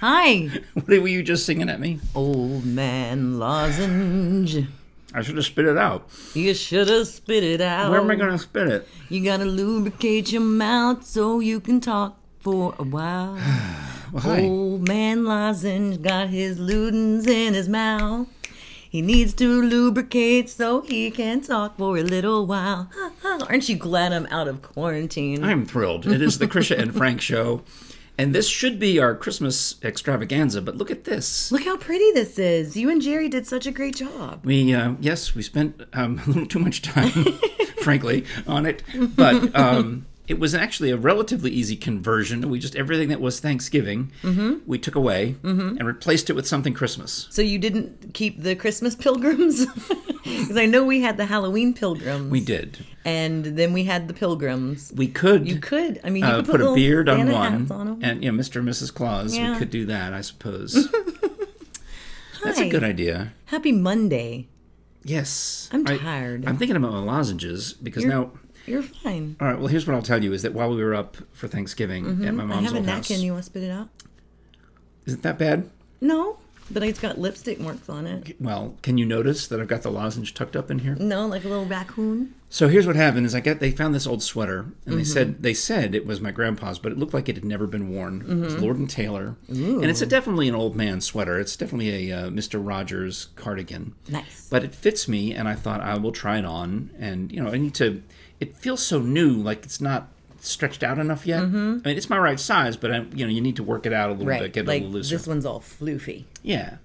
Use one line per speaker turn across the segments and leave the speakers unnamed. Hi,
What were you just singing at me?
old man lozenge.
I should have spit it out.
You should have spit it out.
Where am I going to spit it?
You gotta lubricate your mouth so you can talk for a while.
Well, hi.
Old man lozenge got his ludens in his mouth. He needs to lubricate so he can talk for a little while. Aren't you glad I'm out of quarantine?
I'm thrilled. It is the Krisha and Frank show. And this should be our Christmas extravaganza, but look at this.
Look how pretty this is. You and Jerry did such a great job.
We, uh, yes, we spent um, a little too much time, frankly, on it. But um, it was actually a relatively easy conversion. We just, everything that was Thanksgiving, we took away and replaced it with something Christmas.
So you didn't keep the Christmas pilgrims? Because I know we had the Halloween pilgrims.
We did.
And then we had the pilgrims.
We could.
You could. I mean, you
uh,
could
put,
put,
a
little
beard on
Santa
one,
hats on 'em.
and you know, Mr. and Mrs. Claus.
Yeah.
We could do that, I suppose. That's a
Hi.
good idea.
Happy Monday.
Yes,
I'm
I-
tired.
I'm thinking about my lozenges because
You're-
now.
You're fine.
All right. Well, here's what I'll tell you: is that while we were up for Thanksgiving at my
Mm-hmm. I
mom's
have a
old house,
napkin. You want to spit it out?
is it that bad?
No, but it's got lipstick marks on it.
Well, can you notice that I've got the lozenge tucked up in here?
No, like a little raccoon.
So here's what happened: is I got they found this old sweater, and
Mm-hmm.
they said they said it was my grandpa's, but it looked like it had never been worn. It
Mm-hmm.
was Lord and Taylor, and it's a, definitely an old man sweater. It's definitely a uh, Mister Rogers cardigan.
Nice.
but it fits me and i thought i will try it on and you know i need to it feels so new like it's not stretched out enough yet i mean it's my right size but i you know you need to work it out a little bit
Mm-hmm. right.
get it a
Like
little looser
this one's all floofy.
yeah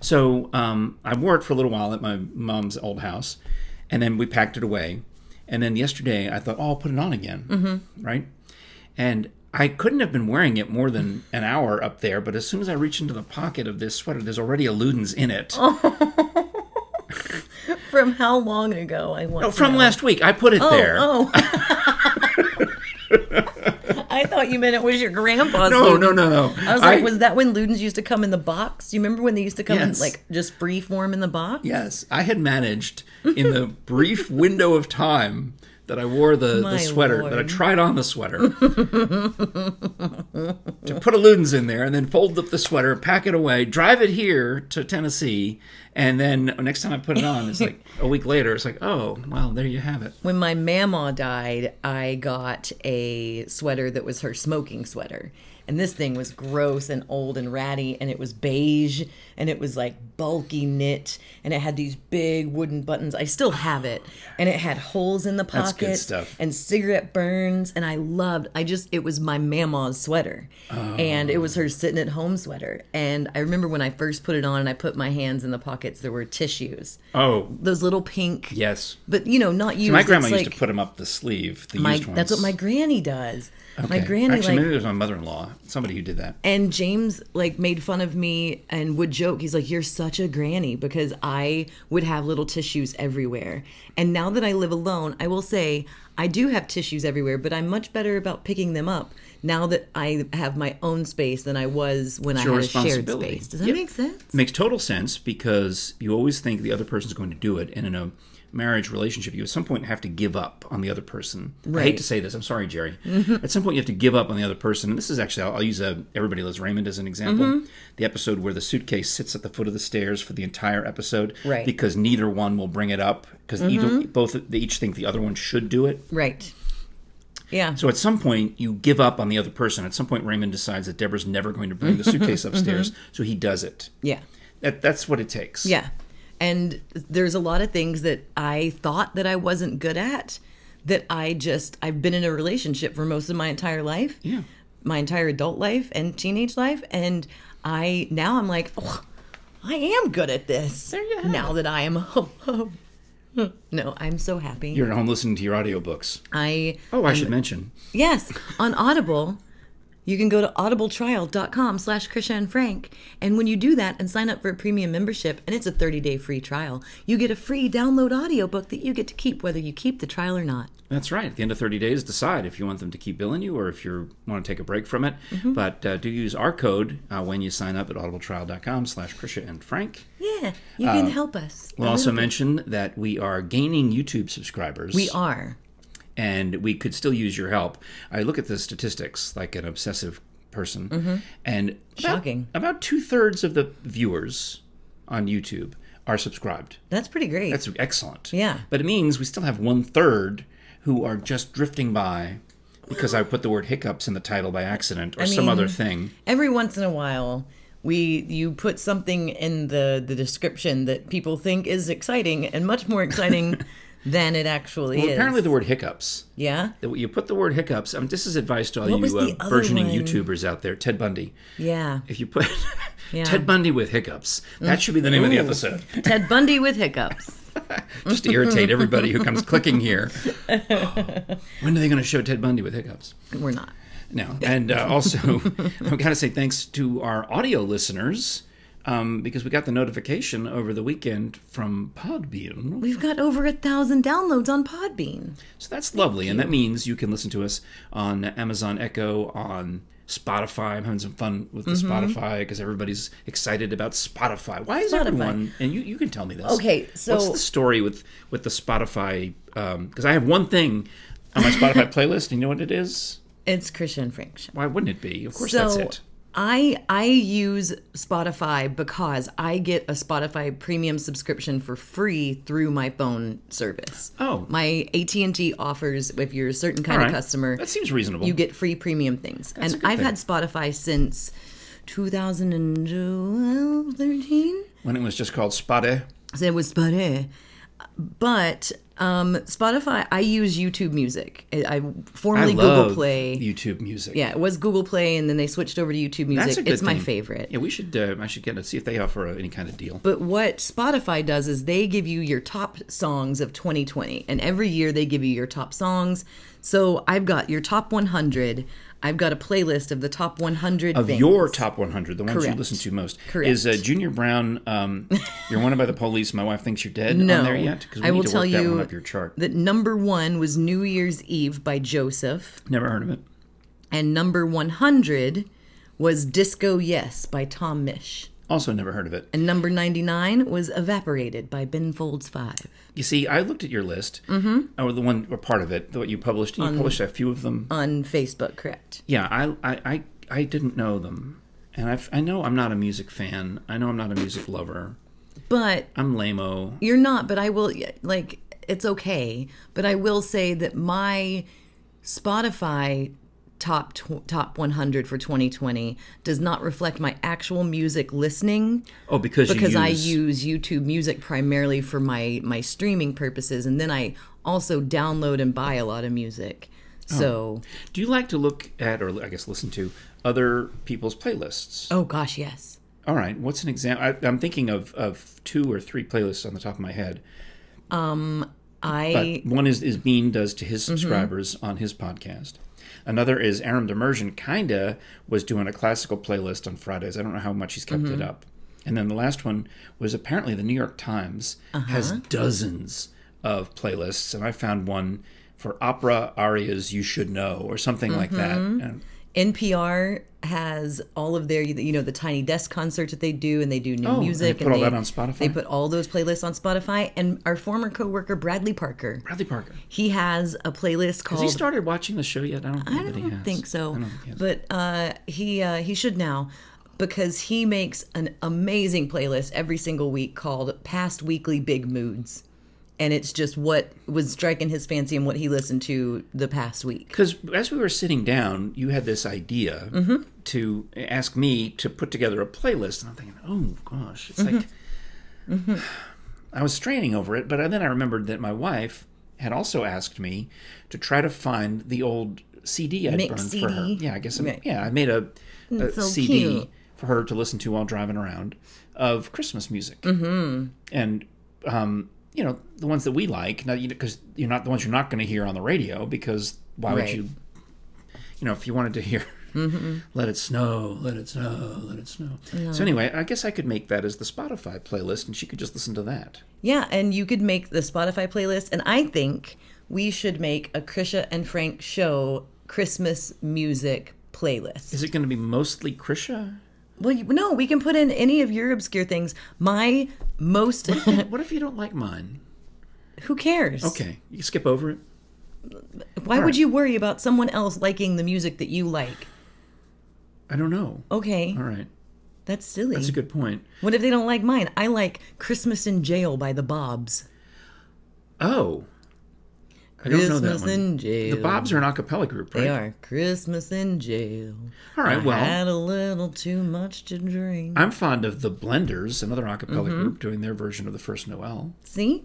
so um, i wore it for a little while at my mom's old house and then we packed it away and then yesterday i thought oh i'll put it on again
Mm-hmm.
right and I couldn't have been wearing it more than an hour up there, but as soon as I reach into the pocket of this sweater, there's already a Ludens in it.
Oh, From how long ago? I want.
Oh,
to
from
know.
last week, I put it there.
Oh. oh. I thought you meant it was your grandpa's.
No,
Ludens.
no, no, no.
I was like, was that when Ludens used to come in the box? Do you remember when they used to come in
Yes.
like just free form in the box?
yes, I had managed in the brief window of time that I wore the,
My
the sweater, that I
lord.
tried on the sweater, to put a Ludens in there and then fold up the sweater, pack it away, drive it here to Tennessee, and then next time I put it on, it's like a week later, it's like, oh, well, there you have it.
When my mama died, I got a sweater that was her smoking sweater. And this thing was gross and old and ratty, and it was beige and it was like bulky knit, and it had these big wooden buttons. I still have it, and it had holes in the pockets
Oh, good stuff.
and cigarette burns. And I loved. I just it was my mama's sweater, and it was
Oh.
her sitting at home sweater. And I remember when I first put it on, and I put my hands in the pockets. There were tissues,
Oh,
those little pink
yes.
but you know, not used.
My grandma
It's
used
like
to put them up the sleeve, the
my-
used ones.
that's what my granny does. My
Okay.
granny
Actually,
like
maybe it was my mother-in-law, somebody who did that.
and James like made fun of me and would joke. He's like, "You're such a granny," because I would have little tissues everywhere. And now that I live alone, I will say I do have tissues everywhere, but I'm much better about picking them up now that I have my own space than I was when I
your
had a shared
responsibility.
space. Does that
Yeah.
make sense?
makes total sense because you always think the other person's going to do it and in a marriage relationship you at some point have to give up on the other person i
Right. Mm-hmm.
hate to say this i'm sorry jerry at some point you have to give up on the other person and this is actually i'll, I'll use a, everybody loves raymond as an example
Mm-hmm.
the episode where the suitcase sits at the foot of the stairs for the entire episode
Right. Mm-hmm.
because neither one will bring it up because either both they each think the other one should do it
Right. Yeah.
so at some point, you give up on the other person. At some point, Raymond decides that Deborah's never going to bring the suitcase upstairs, so he does it.
yeah.
That, that's what it takes.
Yeah. And there's a lot of things that I thought that I wasn't good at that I just I've been in a relationship for most of my entire life.
Yeah.
My entire adult life and teenage life and I now I'm like, oh, I am good at this.
There you have
now that I am home. no, I'm so happy.
You're at home listening to your audiobooks.
I
Oh, I should mention.
Yes, on Audible. You can go to audibletrial.com slash Krisha and Frank. And when you do that and sign up for a premium membership, and it's a 30 day free trial, you get a free download audiobook that you get to keep whether you keep the trial or not.
That's right. At the end of 30 days, decide if you want them to keep billing you or if you want to take a break from it. But uh, do use our code uh, when you sign up at audibletrial.com slash Krisha and Frank.
Yeah, you can help us.
Uh, We'll also mention that we are gaining YouTube subscribers.
We are.
And we could still use your help. I look at the statistics like an obsessive person, and about-
Shocking.
About two thirds of the viewers on YouTube are subscribed.
That's pretty great.
That's excellent.
Yeah.
But it means we still have one third who are just drifting by because I put the word hiccups in the title by accident or some
mean-
other thing.
Every once in a while, we you put something in the the description that people think is exciting and much more exciting than it actually
Well,
is.
apparently, the word hiccups.
yeah.
that You put the word hiccups. I mean, this is advice to all
was
you uh,
the other
burgeoning
one?
YouTubers out there. Ted Bundy.
Yeah.
If you put Ted Bundy with hiccups, that should be the name of the episode.
Ted Bundy with hiccups.
Just to irritate everybody who comes clicking here. when are they going to show Ted Bundy with hiccups?
We're not.
No. And uh, also, I've got to say thanks to our audio listeners um, because we got the notification over the weekend from Podbean.
We've got over a thousand downloads on Podbean.
So that's lovely. And that means you can listen to us on Amazon Echo, on Spotify. I'm having some fun with the
Mm-hmm.
Spotify because everybody's excited about Spotify. Why is everyone, and you, you can tell me this.
Okay,
What's
so-
the story with, with the Spotify? Because I have one thing on my Spotify playlist, and you know what it is?
It's Christian Frank Show.
Why wouldn't it be? Of course, that's
So
it.
I I use Spotify because I get a Spotify premium subscription for free through my phone service.
Oh.
My AT&T offers if you're a certain kind
All
of
right.
customer,
That seems reasonable.
you get free premium things.
a
and
good
I've
thing.
had Spotify since 2013.
when it was just called Spade.
So it was Spotify. But um, Spotify, I use YouTube Music. I, I formerly Google Play.
YouTube Music.
Yeah, it was Google Play, and then they switched over to YouTube Music.
That's a good
it's my
thing.
favorite.
Yeah, we should. Uh, I should get to see if they offer uh, any kind of deal.
But what Spotify does is they give you your top songs of 2020, and every year they give you your top songs. So I've got your top 100. I've got a playlist of the top 100
of
things.
your top 100, the ones you
Correct.
listen to most,
Correct.
is uh, Junior Brown. Um, you're wanted by the police. My wife thinks you're dead.
No.
on there yet? Because we
I
need
will
to
tell
work that
you
one up your chart.
That number one was New Year's Eve by Joseph,
Never heard of it.
and number 100 was Disco Yes by Tom Mish,
Also, never heard of it.
and number 99 was Evaporated by Ben Folds 5.
You see, I looked at your list, mm-hmm. or the one or part of it, the what you published. and You published a few of them.
On Facebook, correct.
yeah, I, I, I, I didn't know them, and I've, I know I'm not a music fan. I know I'm not a music lover.
But
I'm lameo.
You're not, but I will like it's okay, but I will say that my Spotify top tw- top 100 for 2020 does not reflect my actual music listening
Oh, because
because
you
I use
use,
YouTube Music primarily for my my streaming purposes and then I also download and buy a lot of music.
Oh.
So,
Do you like to look at, or I guess listen to, other people's playlists?
oh gosh, yes.
All right. What's an example? I'm thinking of, of two or three playlists on the top of my head.
I
One is, is Bean does to
Mm-hmm.
his subscribers on his podcast. Another is Aram Demersion kinda was doing a classical playlist on Fridays. I don't know how much he's kept
Mm-hmm.
it up. And then the last one was apparently the New York Times
Uh-huh.
has dozens of playlists, and I found one for opera arias you should know or something like that.
Mm-hmm.
And
NPR has all of their, you know, the tiny desk concert that they do, and they do new
and Oh, they
music.
put all that on Spotify?
They put all those playlists on Spotify. And our former coworker Bradley Parker,
Bradley Parker.
he has a playlist called.
Has he started watching the show yet? I don't, know
I
that he
don't
has.
think so,
I don't think he has.
but uh, he uh, he should now because he makes an amazing playlist every single week called Past Weekly Big Moods, and it's just what was striking his fancy and what he listened to the past week.
Because as we were sitting down, you had this idea
Mm-hmm.
to ask me to put together a playlist, and I'm thinking, oh gosh, it's
Mm-hmm.
like I was straining over it. But then I remembered that my wife had also asked me to try to find the old CD I'd
Mixed
burned for her.
CD.
Yeah, I guess. I'm-
Right.
Yeah, I made a, a
so
CD
cute.
for her to listen to while driving around of Christmas music, mm-hmm. and um, you know the ones that we like. Now, you because you're not the ones you're not going to hear on the radio because why would
Right. Mm-hmm.
you? You know, if you wanted to hear. Let it snow, let it snow, let it snow. So anyway, I guess I could make that as the Spotify playlist, and she could just listen to that.
Yeah, and you could make the Spotify playlist, and I think we should make a Krisha and Frank show Christmas music playlist.
Is it going to be mostly Krisha?
Well, you, no, we can put in any of your obscure things. My most,
What if you don't like mine?
who cares?
Okay, you can skip over it.
Why would you worry about someone else liking the music that you like?
I don't know.
Okay,
All right.
that's silly.
That's a good point.
what if they don't like mine? I like Christmas in Jail by the Bobs.
Oh. I don't know that
Christmas
one.
in jail.
The Bobs are an a cappella group, right?
They are Christmas in jail.
All right, well-
I had a little too much to drink.
I'm fond of the Blenders, another a cappella
Mm-hmm.
group doing their version of the first Noel.
See,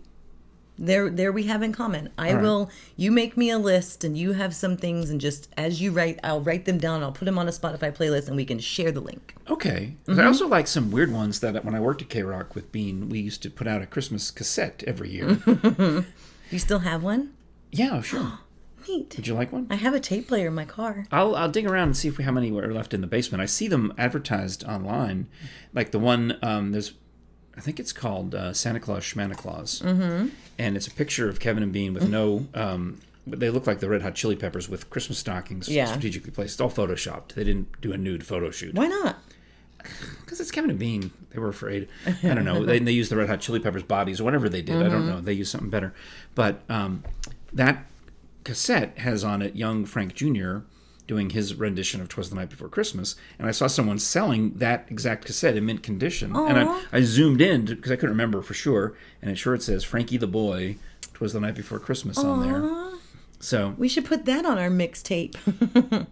there, there we have in common. I
right.
will. You make me a list, and you have some things, and just as you write, I'll write them down. I'll put them on a Spotify playlist, and we can share the link.
Okay. But
Mm-hmm.
I also like some weird ones that when I worked at K Rock with Bean, we used to put out a Christmas cassette every year.
Mm-hmm. You still have one?
yeah, sure. Would
Neat.
you like one?
I have a tape player in my car.
I'll, I'll dig around and see if we how many are left in the basement. I see them advertised online, like the one um, there's, I think it's called uh, Santa Claus Schmanta Claus, mm-hmm. and it's a picture of Kevin and Bean with no, um, but they look like the Red Hot Chili Peppers with Christmas stockings
Yeah.
strategically placed. It's all photoshopped. They didn't do a nude photo shoot
Why not?
because it's Kevin and Bean. They were afraid. I don't know. they, they used the Red Hot Chili Peppers bodies or whatever they did. I
Mm-hmm.
don't know. They used something better. But um, that cassette has on it young Frank Jr. doing his rendition of "Twas the Night Before Christmas," and I saw someone selling that exact cassette in mint condition. And I,
Aw.
I zoomed in because I couldn't remember for sure, and it sure it says Frankie the Boy. "Twas the night before Christmas on there.
Aw,
So
we should put that on our mixtape.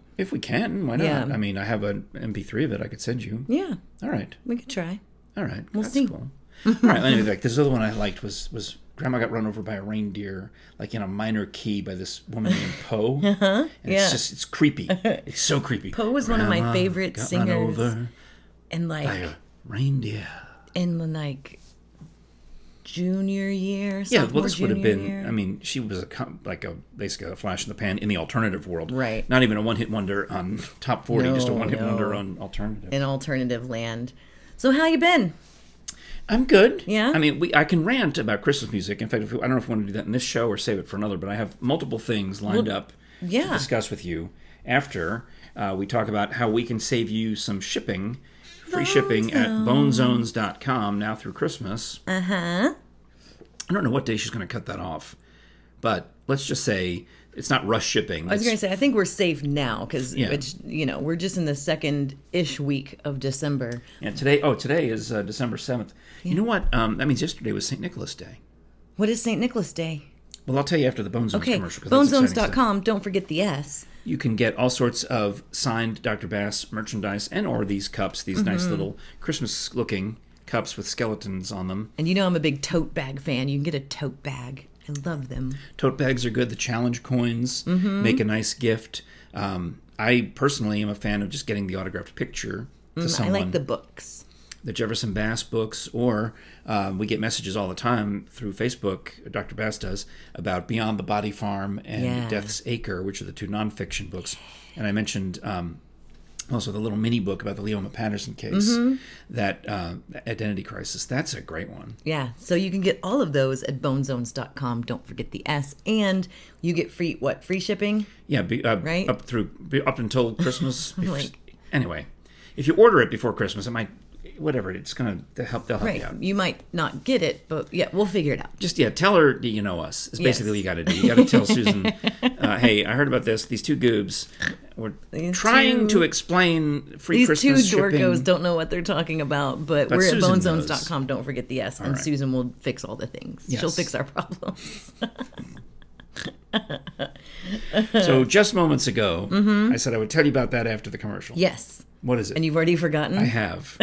if we can, why not?
Yeah.
I mean, I have an MP3 of it I could send you.
yeah,
All right.
we could try.
All right, that's
see.
cool. All right, anyway, like this other one I liked was was Grandma got run over by a reindeer, like in a minor key by this woman named Poe. uh-huh. And
yeah.
it's just it's creepy. It's so creepy.
Poe was one of my
Grandma
favorite
got
singers.
Run over
And like,
by a reindeer.
in like junior year.
Yeah,
sophomore,
well, this would have
junior
been. um,
year.
I mean, she was a com- like a basically a flash in the pan in the alternative world.
Right.
Not even a one hit wonder on top forty, just a
No,
one hit
no.
wonder on alternative.
in alternative land. So how you been?
I'm good.
Yeah?
I mean, we I can rant about Christmas music. In fact, if, I don't know if we want to do that in this show or save it for another, but I have multiple things lined up
yeah.
to discuss with you after uh, we talk about how we can save you some shipping, free shipping at bonezones.com now through Christmas.
Uh huh.
I don't know what day she's going to cut that off, but let's just say it's not rush shipping.
I was gonna say I think we're safe now because
Yeah.
it's you know we're just in the second ish week of December.
and today, oh, today is uh, December 7th. You know what? Um, that means yesterday was St. Nicholas Day.
What is St. Nicholas Day?
Well, I'll tell you after the Bonezones
Okay,
commercial. 'cause that's exciting stuff.
bonezones.com. Don't forget the S.
you can get all sorts of signed Dr. Bass merchandise and or these cups, these nice
Mm-hmm.
little Christmas looking cups with skeletons on them.
And you know I'm a big tote bag fan. You can get a tote bag. I love them.
Tote bags are good. The challenge coins
Mm-hmm.
make a nice gift. Um, I personally am a fan of just getting the autographed picture to someone.
Mm, I like the books.
the Jefferson Bass books, or um, we get messages all the time through Facebook, Dr. Bass does, about Beyond the Body Farm and
Yeah.
Death's Acre, which are the two nonfiction books. And I mentioned um, also the little mini book about the Leoma Patterson case,
Mm-hmm.
that uh, Identity Crisis. That's a great one.
Yeah, so you can get all of those at bonezones.com. Don't forget the S. And you get free, what, free shipping?
Yeah, be, uh,
Right?
up through be, up until Christmas.
Like-
anyway, if you order it before Christmas, it might whatever it's gonna they'll help. They'll help
Right.
you out.
You might not get it, but yeah, we'll figure it out.
just yeah, tell her do you know us? Is basically
Yes.
what you got to do. You got to tell Susan, uh, hey, I heard about this. These two goobs, we're
These
trying
two-
to explain free
These
Christmas
two
shipping.
dorkos don't know what they're talking about, but, we're at
Susan
bonezones.com. Don't forget the S, and
right.
Susan will fix all the things. She'll
Yes.
fix our problems.
so just moments ago, I said I would tell you about that after the commercial.
yes.
What is it?
Mm-hmm. And you've already forgotten?
I
I,
have.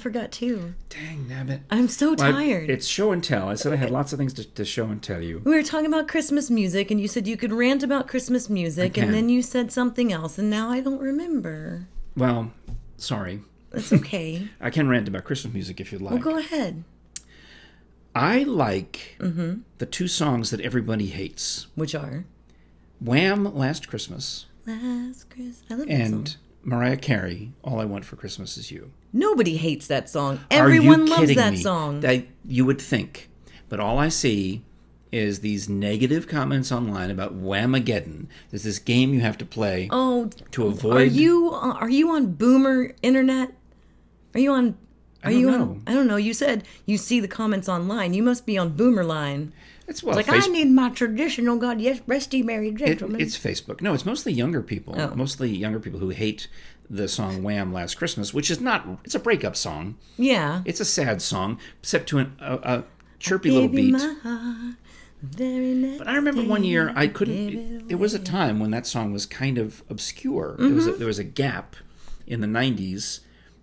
forgot too.
Dang, nabbit.
I'm so
Well,
tired.
It's show and tell. I said I had lots of things to, to show and tell you.
we were talking about Christmas music, and you said you could rant about Christmas music,
can.
and then you said something else, and now I don't remember.
Well, sorry.
It's okay.
I can rant about Christmas music if you'd like.
Go ahead.
I like
Mm-hmm.
the two songs that everybody hates
Which are?
Wham! Last Christmas.
Last Christmas. I love that song.
and Mariah Carey, "All I Want for Christmas Is You."
Nobody hates that song.
Are you
Everyone loves
kidding
that
me?
song.
That you would think, but all I see is these negative comments online about Whamageddon. There's this game you have to play
oh,
to avoid.
are you uh, are you on Boomer Internet? Are you on? Are
don't
you
know.
on? I don't know. You said you see the comments online. You must be on Boomer Line.
It's well,
Like
face-
I need my traditional God, yes, rusty married
it-
gentleman. Oh.
it's Facebook. No, it's mostly younger people. Mostly younger people who hate the song Wham Last Christmas, which is not, it's a breakup song.
Yeah.
It's a sad song, except to an, a, a chirpy little beat. But I remember one year I couldn't. There was a time when that song was kind of obscure. There was a, there was a gap in the '90s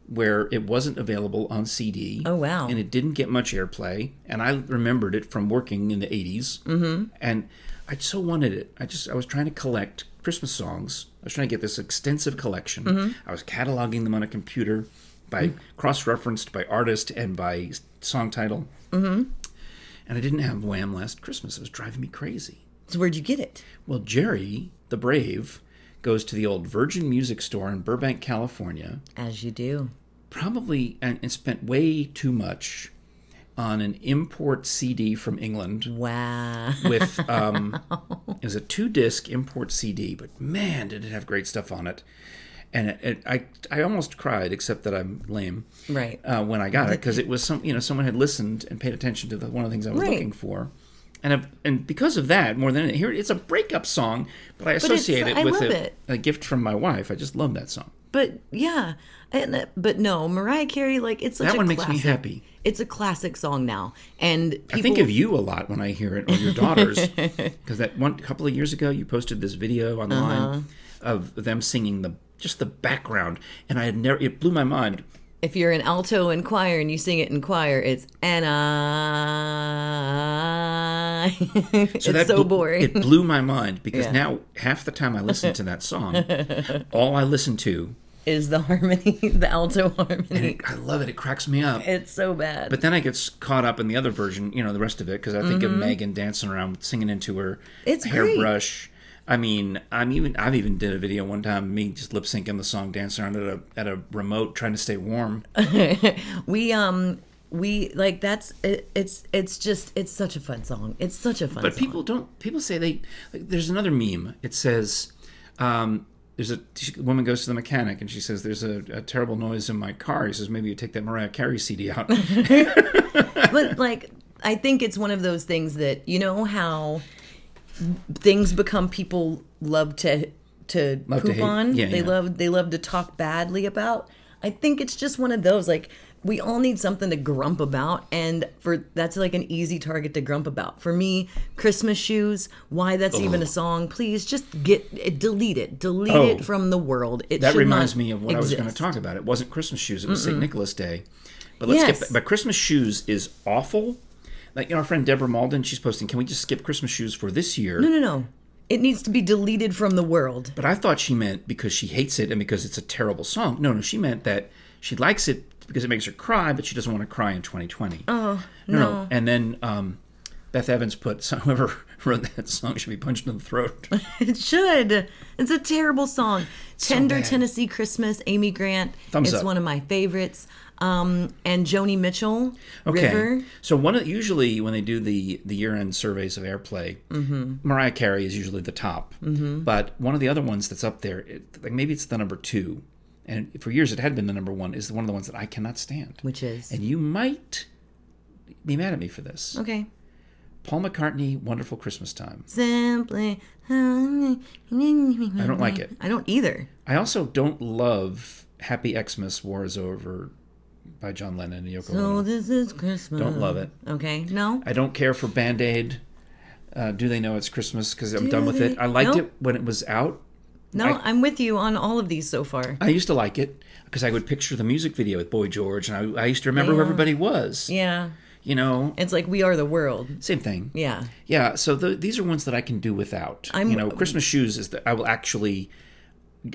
where it wasn't available on CD.
Oh, wow.
And it didn't get much airplay. And I remembered it from working in the '80s, mm-hmm. and I so wanted it. I just I was trying to collect Christmas songs. I was trying to get this extensive collection.
Mm-hmm.
I was cataloging them on a computer by cross-referenced by artist and by song title
Mm-hmm.
and I didn't have Wham last Christmas. It was driving me crazy.
So where'd you get it?
Well, Jerry, the brave, goes to the old Virgin Music Store in Burbank, California,
As you do.
probably and, and spent way too much on an import CD from England
Wow.
with um, it was a two-disc import CD, but man, did it have great stuff on it. And it, it, I, I almost cried, except that I'm lame
Right.
uh, when I got it because it was some you know someone had listened and paid attention to the one of the things I was
Right.
looking for, and I've, and because of that more than anything, here it's a breakup song, but I
it's-
associate
I
it with
love
a,
it.
a gift from my wife. I just love that song.
But yeah, and uh, but no, Mariah Carey like it's such
That
a
one makes
classic.
me happy.
It's a classic song now, and people
I think of you a lot when I hear it, or your daughters, because that one couple of years ago you posted this video online
Uh-huh.
of them singing the just the background, and I had never it blew my mind.
if you're an alto in choir and you sing it in choir, it's Anna. it's so,
that bl-
boring.
It blew my mind because
Yeah.
now half the time I listen to that song, all I listen to
Is the harmony, the alto harmony.
It- I love it. It cracks me up.
It's so bad.
But then I get s- caught up in the other version, you know, the rest of it, because I think of Megan dancing around, singing into her
It's
hairbrush. I mean, I'm even I've even did a video one time, me just lip syncing the song, dancing around at a at a remote, trying to stay warm.
we um we like that's it, it's it's just it's such a fun song. It's such a fun
But
song.
people don't. People say they. Like, there's another meme. It says, um, "There's a she, a woman goes to the mechanic and she says, there's a, a terrible noise in my car.' He says, maybe you take that Mariah Carey CD out.'
but like I think it's one of those things that you know how things become people love to to
Love to
poop
hate.
on.
Yeah,
they
yeah.
love they love to talk badly about. I think it's just one of those like we all need something to grump about and for that's like an easy target to grump about. For me, Christmas shoes, why that's even a song, please just get it, delete it. Delete
Oh.
it from the world. It
That
should
reminds
not
me of what I was going to
exist.
talk about. It wasn't Christmas shoes; it was St. Nicholas Day. But let's
Yes.
get. But Christmas shoes is awful. Like you know, our friend Deborah Malden, she's posting. Can we just skip Christmas shoes for this year?
No, no, no. It needs to be deleted from the world.
But I thought she meant because she hates it and because it's a terrible song. No, no, she meant that she likes it because it makes her cry, but she doesn't want to cry in 2020. Oh no! no. And then um, Beth Evans put so whoever wrote that song should be punched in the throat.
It should. It's a terrible song. Tender
bad.
Tennessee Christmas, Amy Grant.
Thumbs
it's
up.
one of my favorites. Um, and Joni Mitchell,
Okay.
River.
So one of, usually when they do the the year end surveys of airplay, Mariah Carey is usually the top. Mm-hmm. But one of the other ones that's up there, it, like maybe it's the number two, and for years it had been the number one. Is one of the ones that I cannot stand.
Which is
and you might be mad at me for this.
okay.
Paul McCartney, Wonderful Christmas Time.
Simply,
I
I
don't like it.
I don't either.
I also don't love Happy Xmas, War is Over by John Lennon and Yoko
Oh,
Ono.
this is Christmas.
Don't love it.
Okay, no.
I don't care for Band Aid. Uh, do they know it's Christmas? Because I'm done with it. I liked
Nope.
it when it was out.
No, I, am with you on all of these so far.
I used to like it because I would picture the music video with Boy George, and I, I used to remember who
Yeah.
everybody was.
Yeah.
You know,
It's like we are the world.
same thing.
Yeah.
Yeah, so the, these are ones that I can do without.
I'm-
you know, Christmas shoes is that I will actually,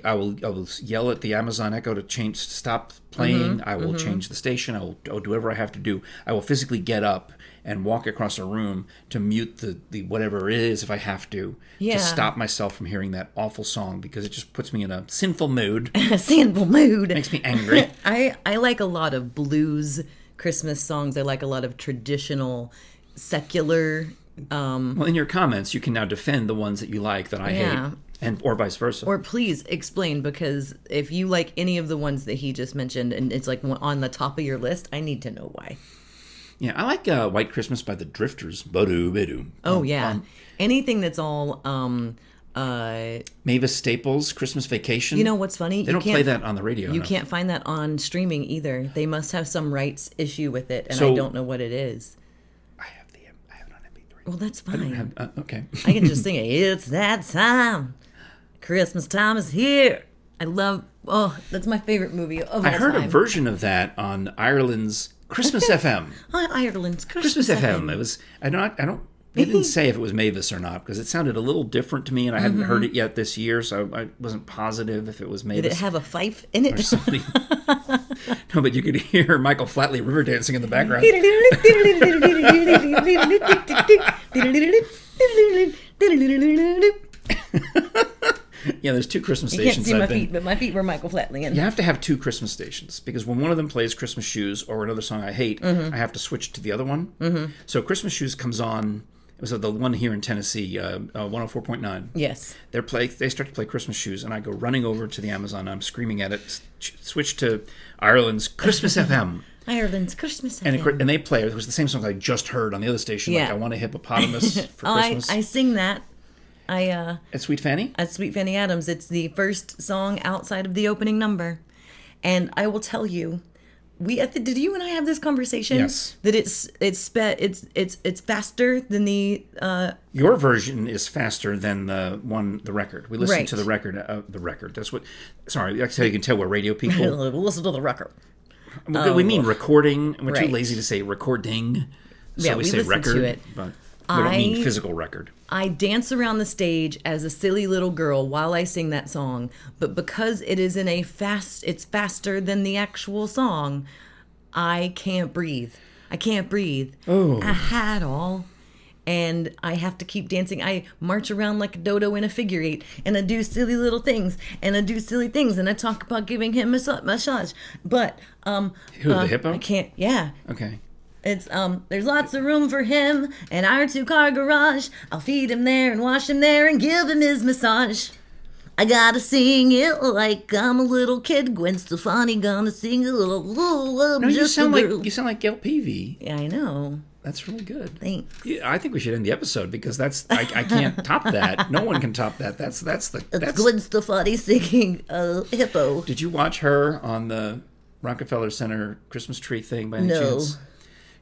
I will, I will yell at the Amazon Echo to change, stop playing.
Mm-hmm,
I will change the station. I will, I will do whatever I have to do. I will physically get up and walk across a room to mute the, the whatever it is if I have to
Yeah.
to stop myself from hearing that awful song because it just puts me in a sinful mood,
A sinful mood.
makes me angry.
I I like a lot of blues Christmas songs. I like a lot of traditional secular. Um,
well, in your comments, you can now defend the ones that you like that I
Yeah.
hate, and or vice versa.
or please explain because if you like any of the ones that he just mentioned and it's like one- on the top of your list, I need to know why.
Yeah, I like uh, Oh, White Christmas by the Drifters. Ba-doo, ba-doo.
Oh yeah, anything that's all um, Uh,
Mavis Staples, Christmas Vacation.
you know what's funny?
they don't play that on the radio.
You
no.
can't find that on streaming either. They must have some rights issue with it, and I
So-
don't know what it is.
I have the I have it on MP3.
Well, that's fine. I,
Have- uh, okay.
can just sing it. It's that time. Christmas time is here. I love. Oh, that's my favorite movie of all
I heard
time.
a version of that on Ireland's Christmas FM.
Hi, Ireland's Christmas,
Christmas FM. It was. I don't. I don't. They didn't say if it was Mavis or not because it sounded a little different to me, and I hadn't heard it yet this year, so I wasn't positive if it was Mavis.
Mm-hmm. Did it have a fife in it?
somebody. no, but you could hear Michael Flatley river dancing in the background.
you
Yeah, there's two Christmas
can't
stations.
see my
I've been-
feet, but my feet were Michael Flatley. in.
You have to have two Christmas stations because when one of them plays Christmas Shoes or another song I hate,
Mm-hmm.
I have to switch to the other one. Mm-hmm. So Christmas Shoes comes on. It was the one here in Tennessee, uh, uh, 104.9.
Yes.
They're play. They start to play Christmas shoes, and I go running over to the Amazon. And I'm screaming at it. S- ch- Switch to Ireland's Christmas FM,
Ireland's Christmas
and, it,
FM.
and they play. It was the same song I just heard on the other station. Like
Yeah.
I want a hippopotamus for
Oh, I,
Christmas.
I sing that. I uh
At Sweet Fanny.
at Sweet Fanny Adams, it's the first song outside of the opening number. And I will tell you, we I thi- did you and I have this conversation
Yes.
that it's it's spe- it's it's it's faster than the uh
Your version is faster than the one, the record. We listened
Right.
to the record, uh, the record. That's what. Sorry, that's how you can tell we're radio people.
listen to the record.
we, we mean recording. We're
Oh. Right.
too lazy to say recording, so
Yeah,
we,
we
say
listen to
record,
it.
but we don't
I-
mean physical record.
I dance around the stage as a silly little girl while I sing that song, but because it is in a fast, it's faster than the actual song, I can't breathe. I can't breathe.
Oh.
I had all. And I have to keep dancing. I march around like a dodo in a figure eight, and I do silly little things, and I do silly things, and I talk about giving him a massage- massage. But um,
Who the hippo?
I can't. Yeah,
Okay.
it's um. There's lots of room for him in our two-car garage. I'll feed him there and wash him there and give him his massage. I gotta sing it like I'm a little kid. Gwen Stefani gonna sing it. Oh, I'm
No, you
just
sound
a
like
girl.
you sound like Gail Peavy.
yeah, I know.
That's really good.
Thanks.
Yeah, I think we should end the episode because that's I, I can't top that. No one can top that. That's that's the
It's
that's.
Gwen Stefani singing uh, "Hippo."
Did you watch her on the Rockefeller Center Christmas tree thing by any
No.
chance?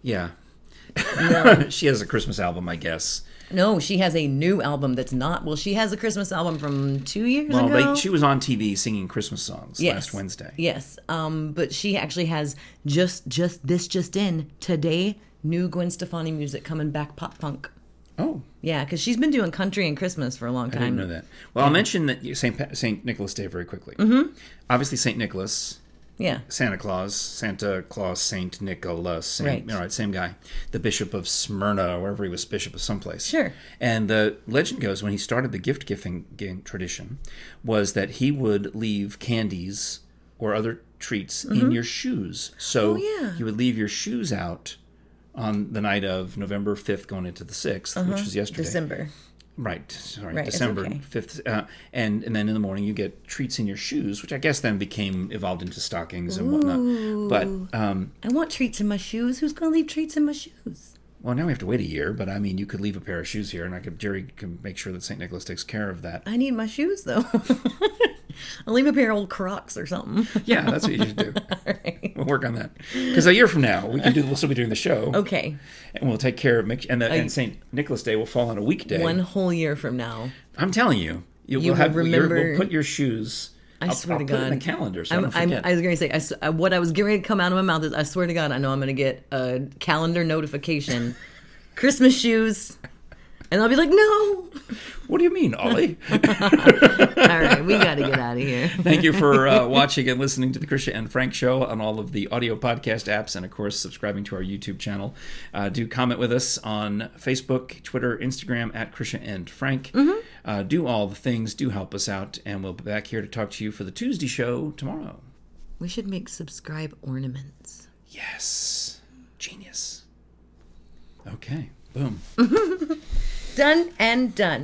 Yeah. she has a Christmas album, I guess.
No, she has a new album that's not. Well, she has a Christmas album from two years
Well,
ago.
they, she was on TV singing Christmas songs last Wednesday.
Yes. Um, but she actually has just just this just in today new Gwen Stefani music coming back pop punk.
Oh,
Yeah, because she's been doing country and Christmas for a long
I didn't know
time.
that. Well, I'll mention that Saint Pa- Saint Nicholas Day very quickly. Mm-hmm. Obviously, Saint Nicholas
Yeah.
Santa Claus, Santa Claus, Saint Nicholas, same,
Right.
all right, same guy, the Bishop of Smyrna, or wherever he was Bishop of someplace.
Sure.
And the legend goes when he started the gift giving giving tradition, was that he would leave candies or other treats in your shoes.
Mm-hmm.
So
Oh, yeah.
you would leave your shoes out on the night of November fifth, going into the 6th which was yesterday.
Uh-huh. December.
Right. Sorry.
Right, it's
December
okay.
fifth, uh, and and then in the morning you get treats in your shoes, which I guess then became evolved into stockings and whatnot. But um,
I want treats in my shoes. Who's gonna leave treats in my shoes?
well, now we have to wait a year. But I mean, you could leave a pair of shoes here, and I could Jerry can make sure that Saint Nicholas takes care of that.
I need my shoes though. I'll leave a pair of old Crocs or something.
Yeah, that's what you should do.
Alright.
We'll work on that because a year from now we can do. We'll still be doing the show,
Okay.
and we'll take care of make and, the, and Saint Nicholas Day will fall on a weekday.
One whole year from now.
I'm telling you, you, will
will
have your-
remember-
We'll put your shoes.
I
I'll-
swear to
I'll put it
God.
in the calendar. So I
I'm,
don't
I'm,
forget.
I was going to say, I s- uh, what I was getting ready to come out of my mouth is, I swear to God, I know I'm going to get a calendar notification, Christmas shoes, and I'll be like, no.
what do you mean, Ollie?
All right, we got to get out of here.
Thank you for uh, watching and listening to the Krisha and Frank show on all of the audio podcast apps, and of course, subscribing to our YouTube channel. Uh, do comment with us on Facebook, Twitter, Instagram at Krisha and Frank. Uh, do all the things. Do help us out, and we'll be back here to talk to you for the Tuesday show tomorrow.
We should make subscribe ornaments.
Yes, genius. Okay, boom.
Done and done.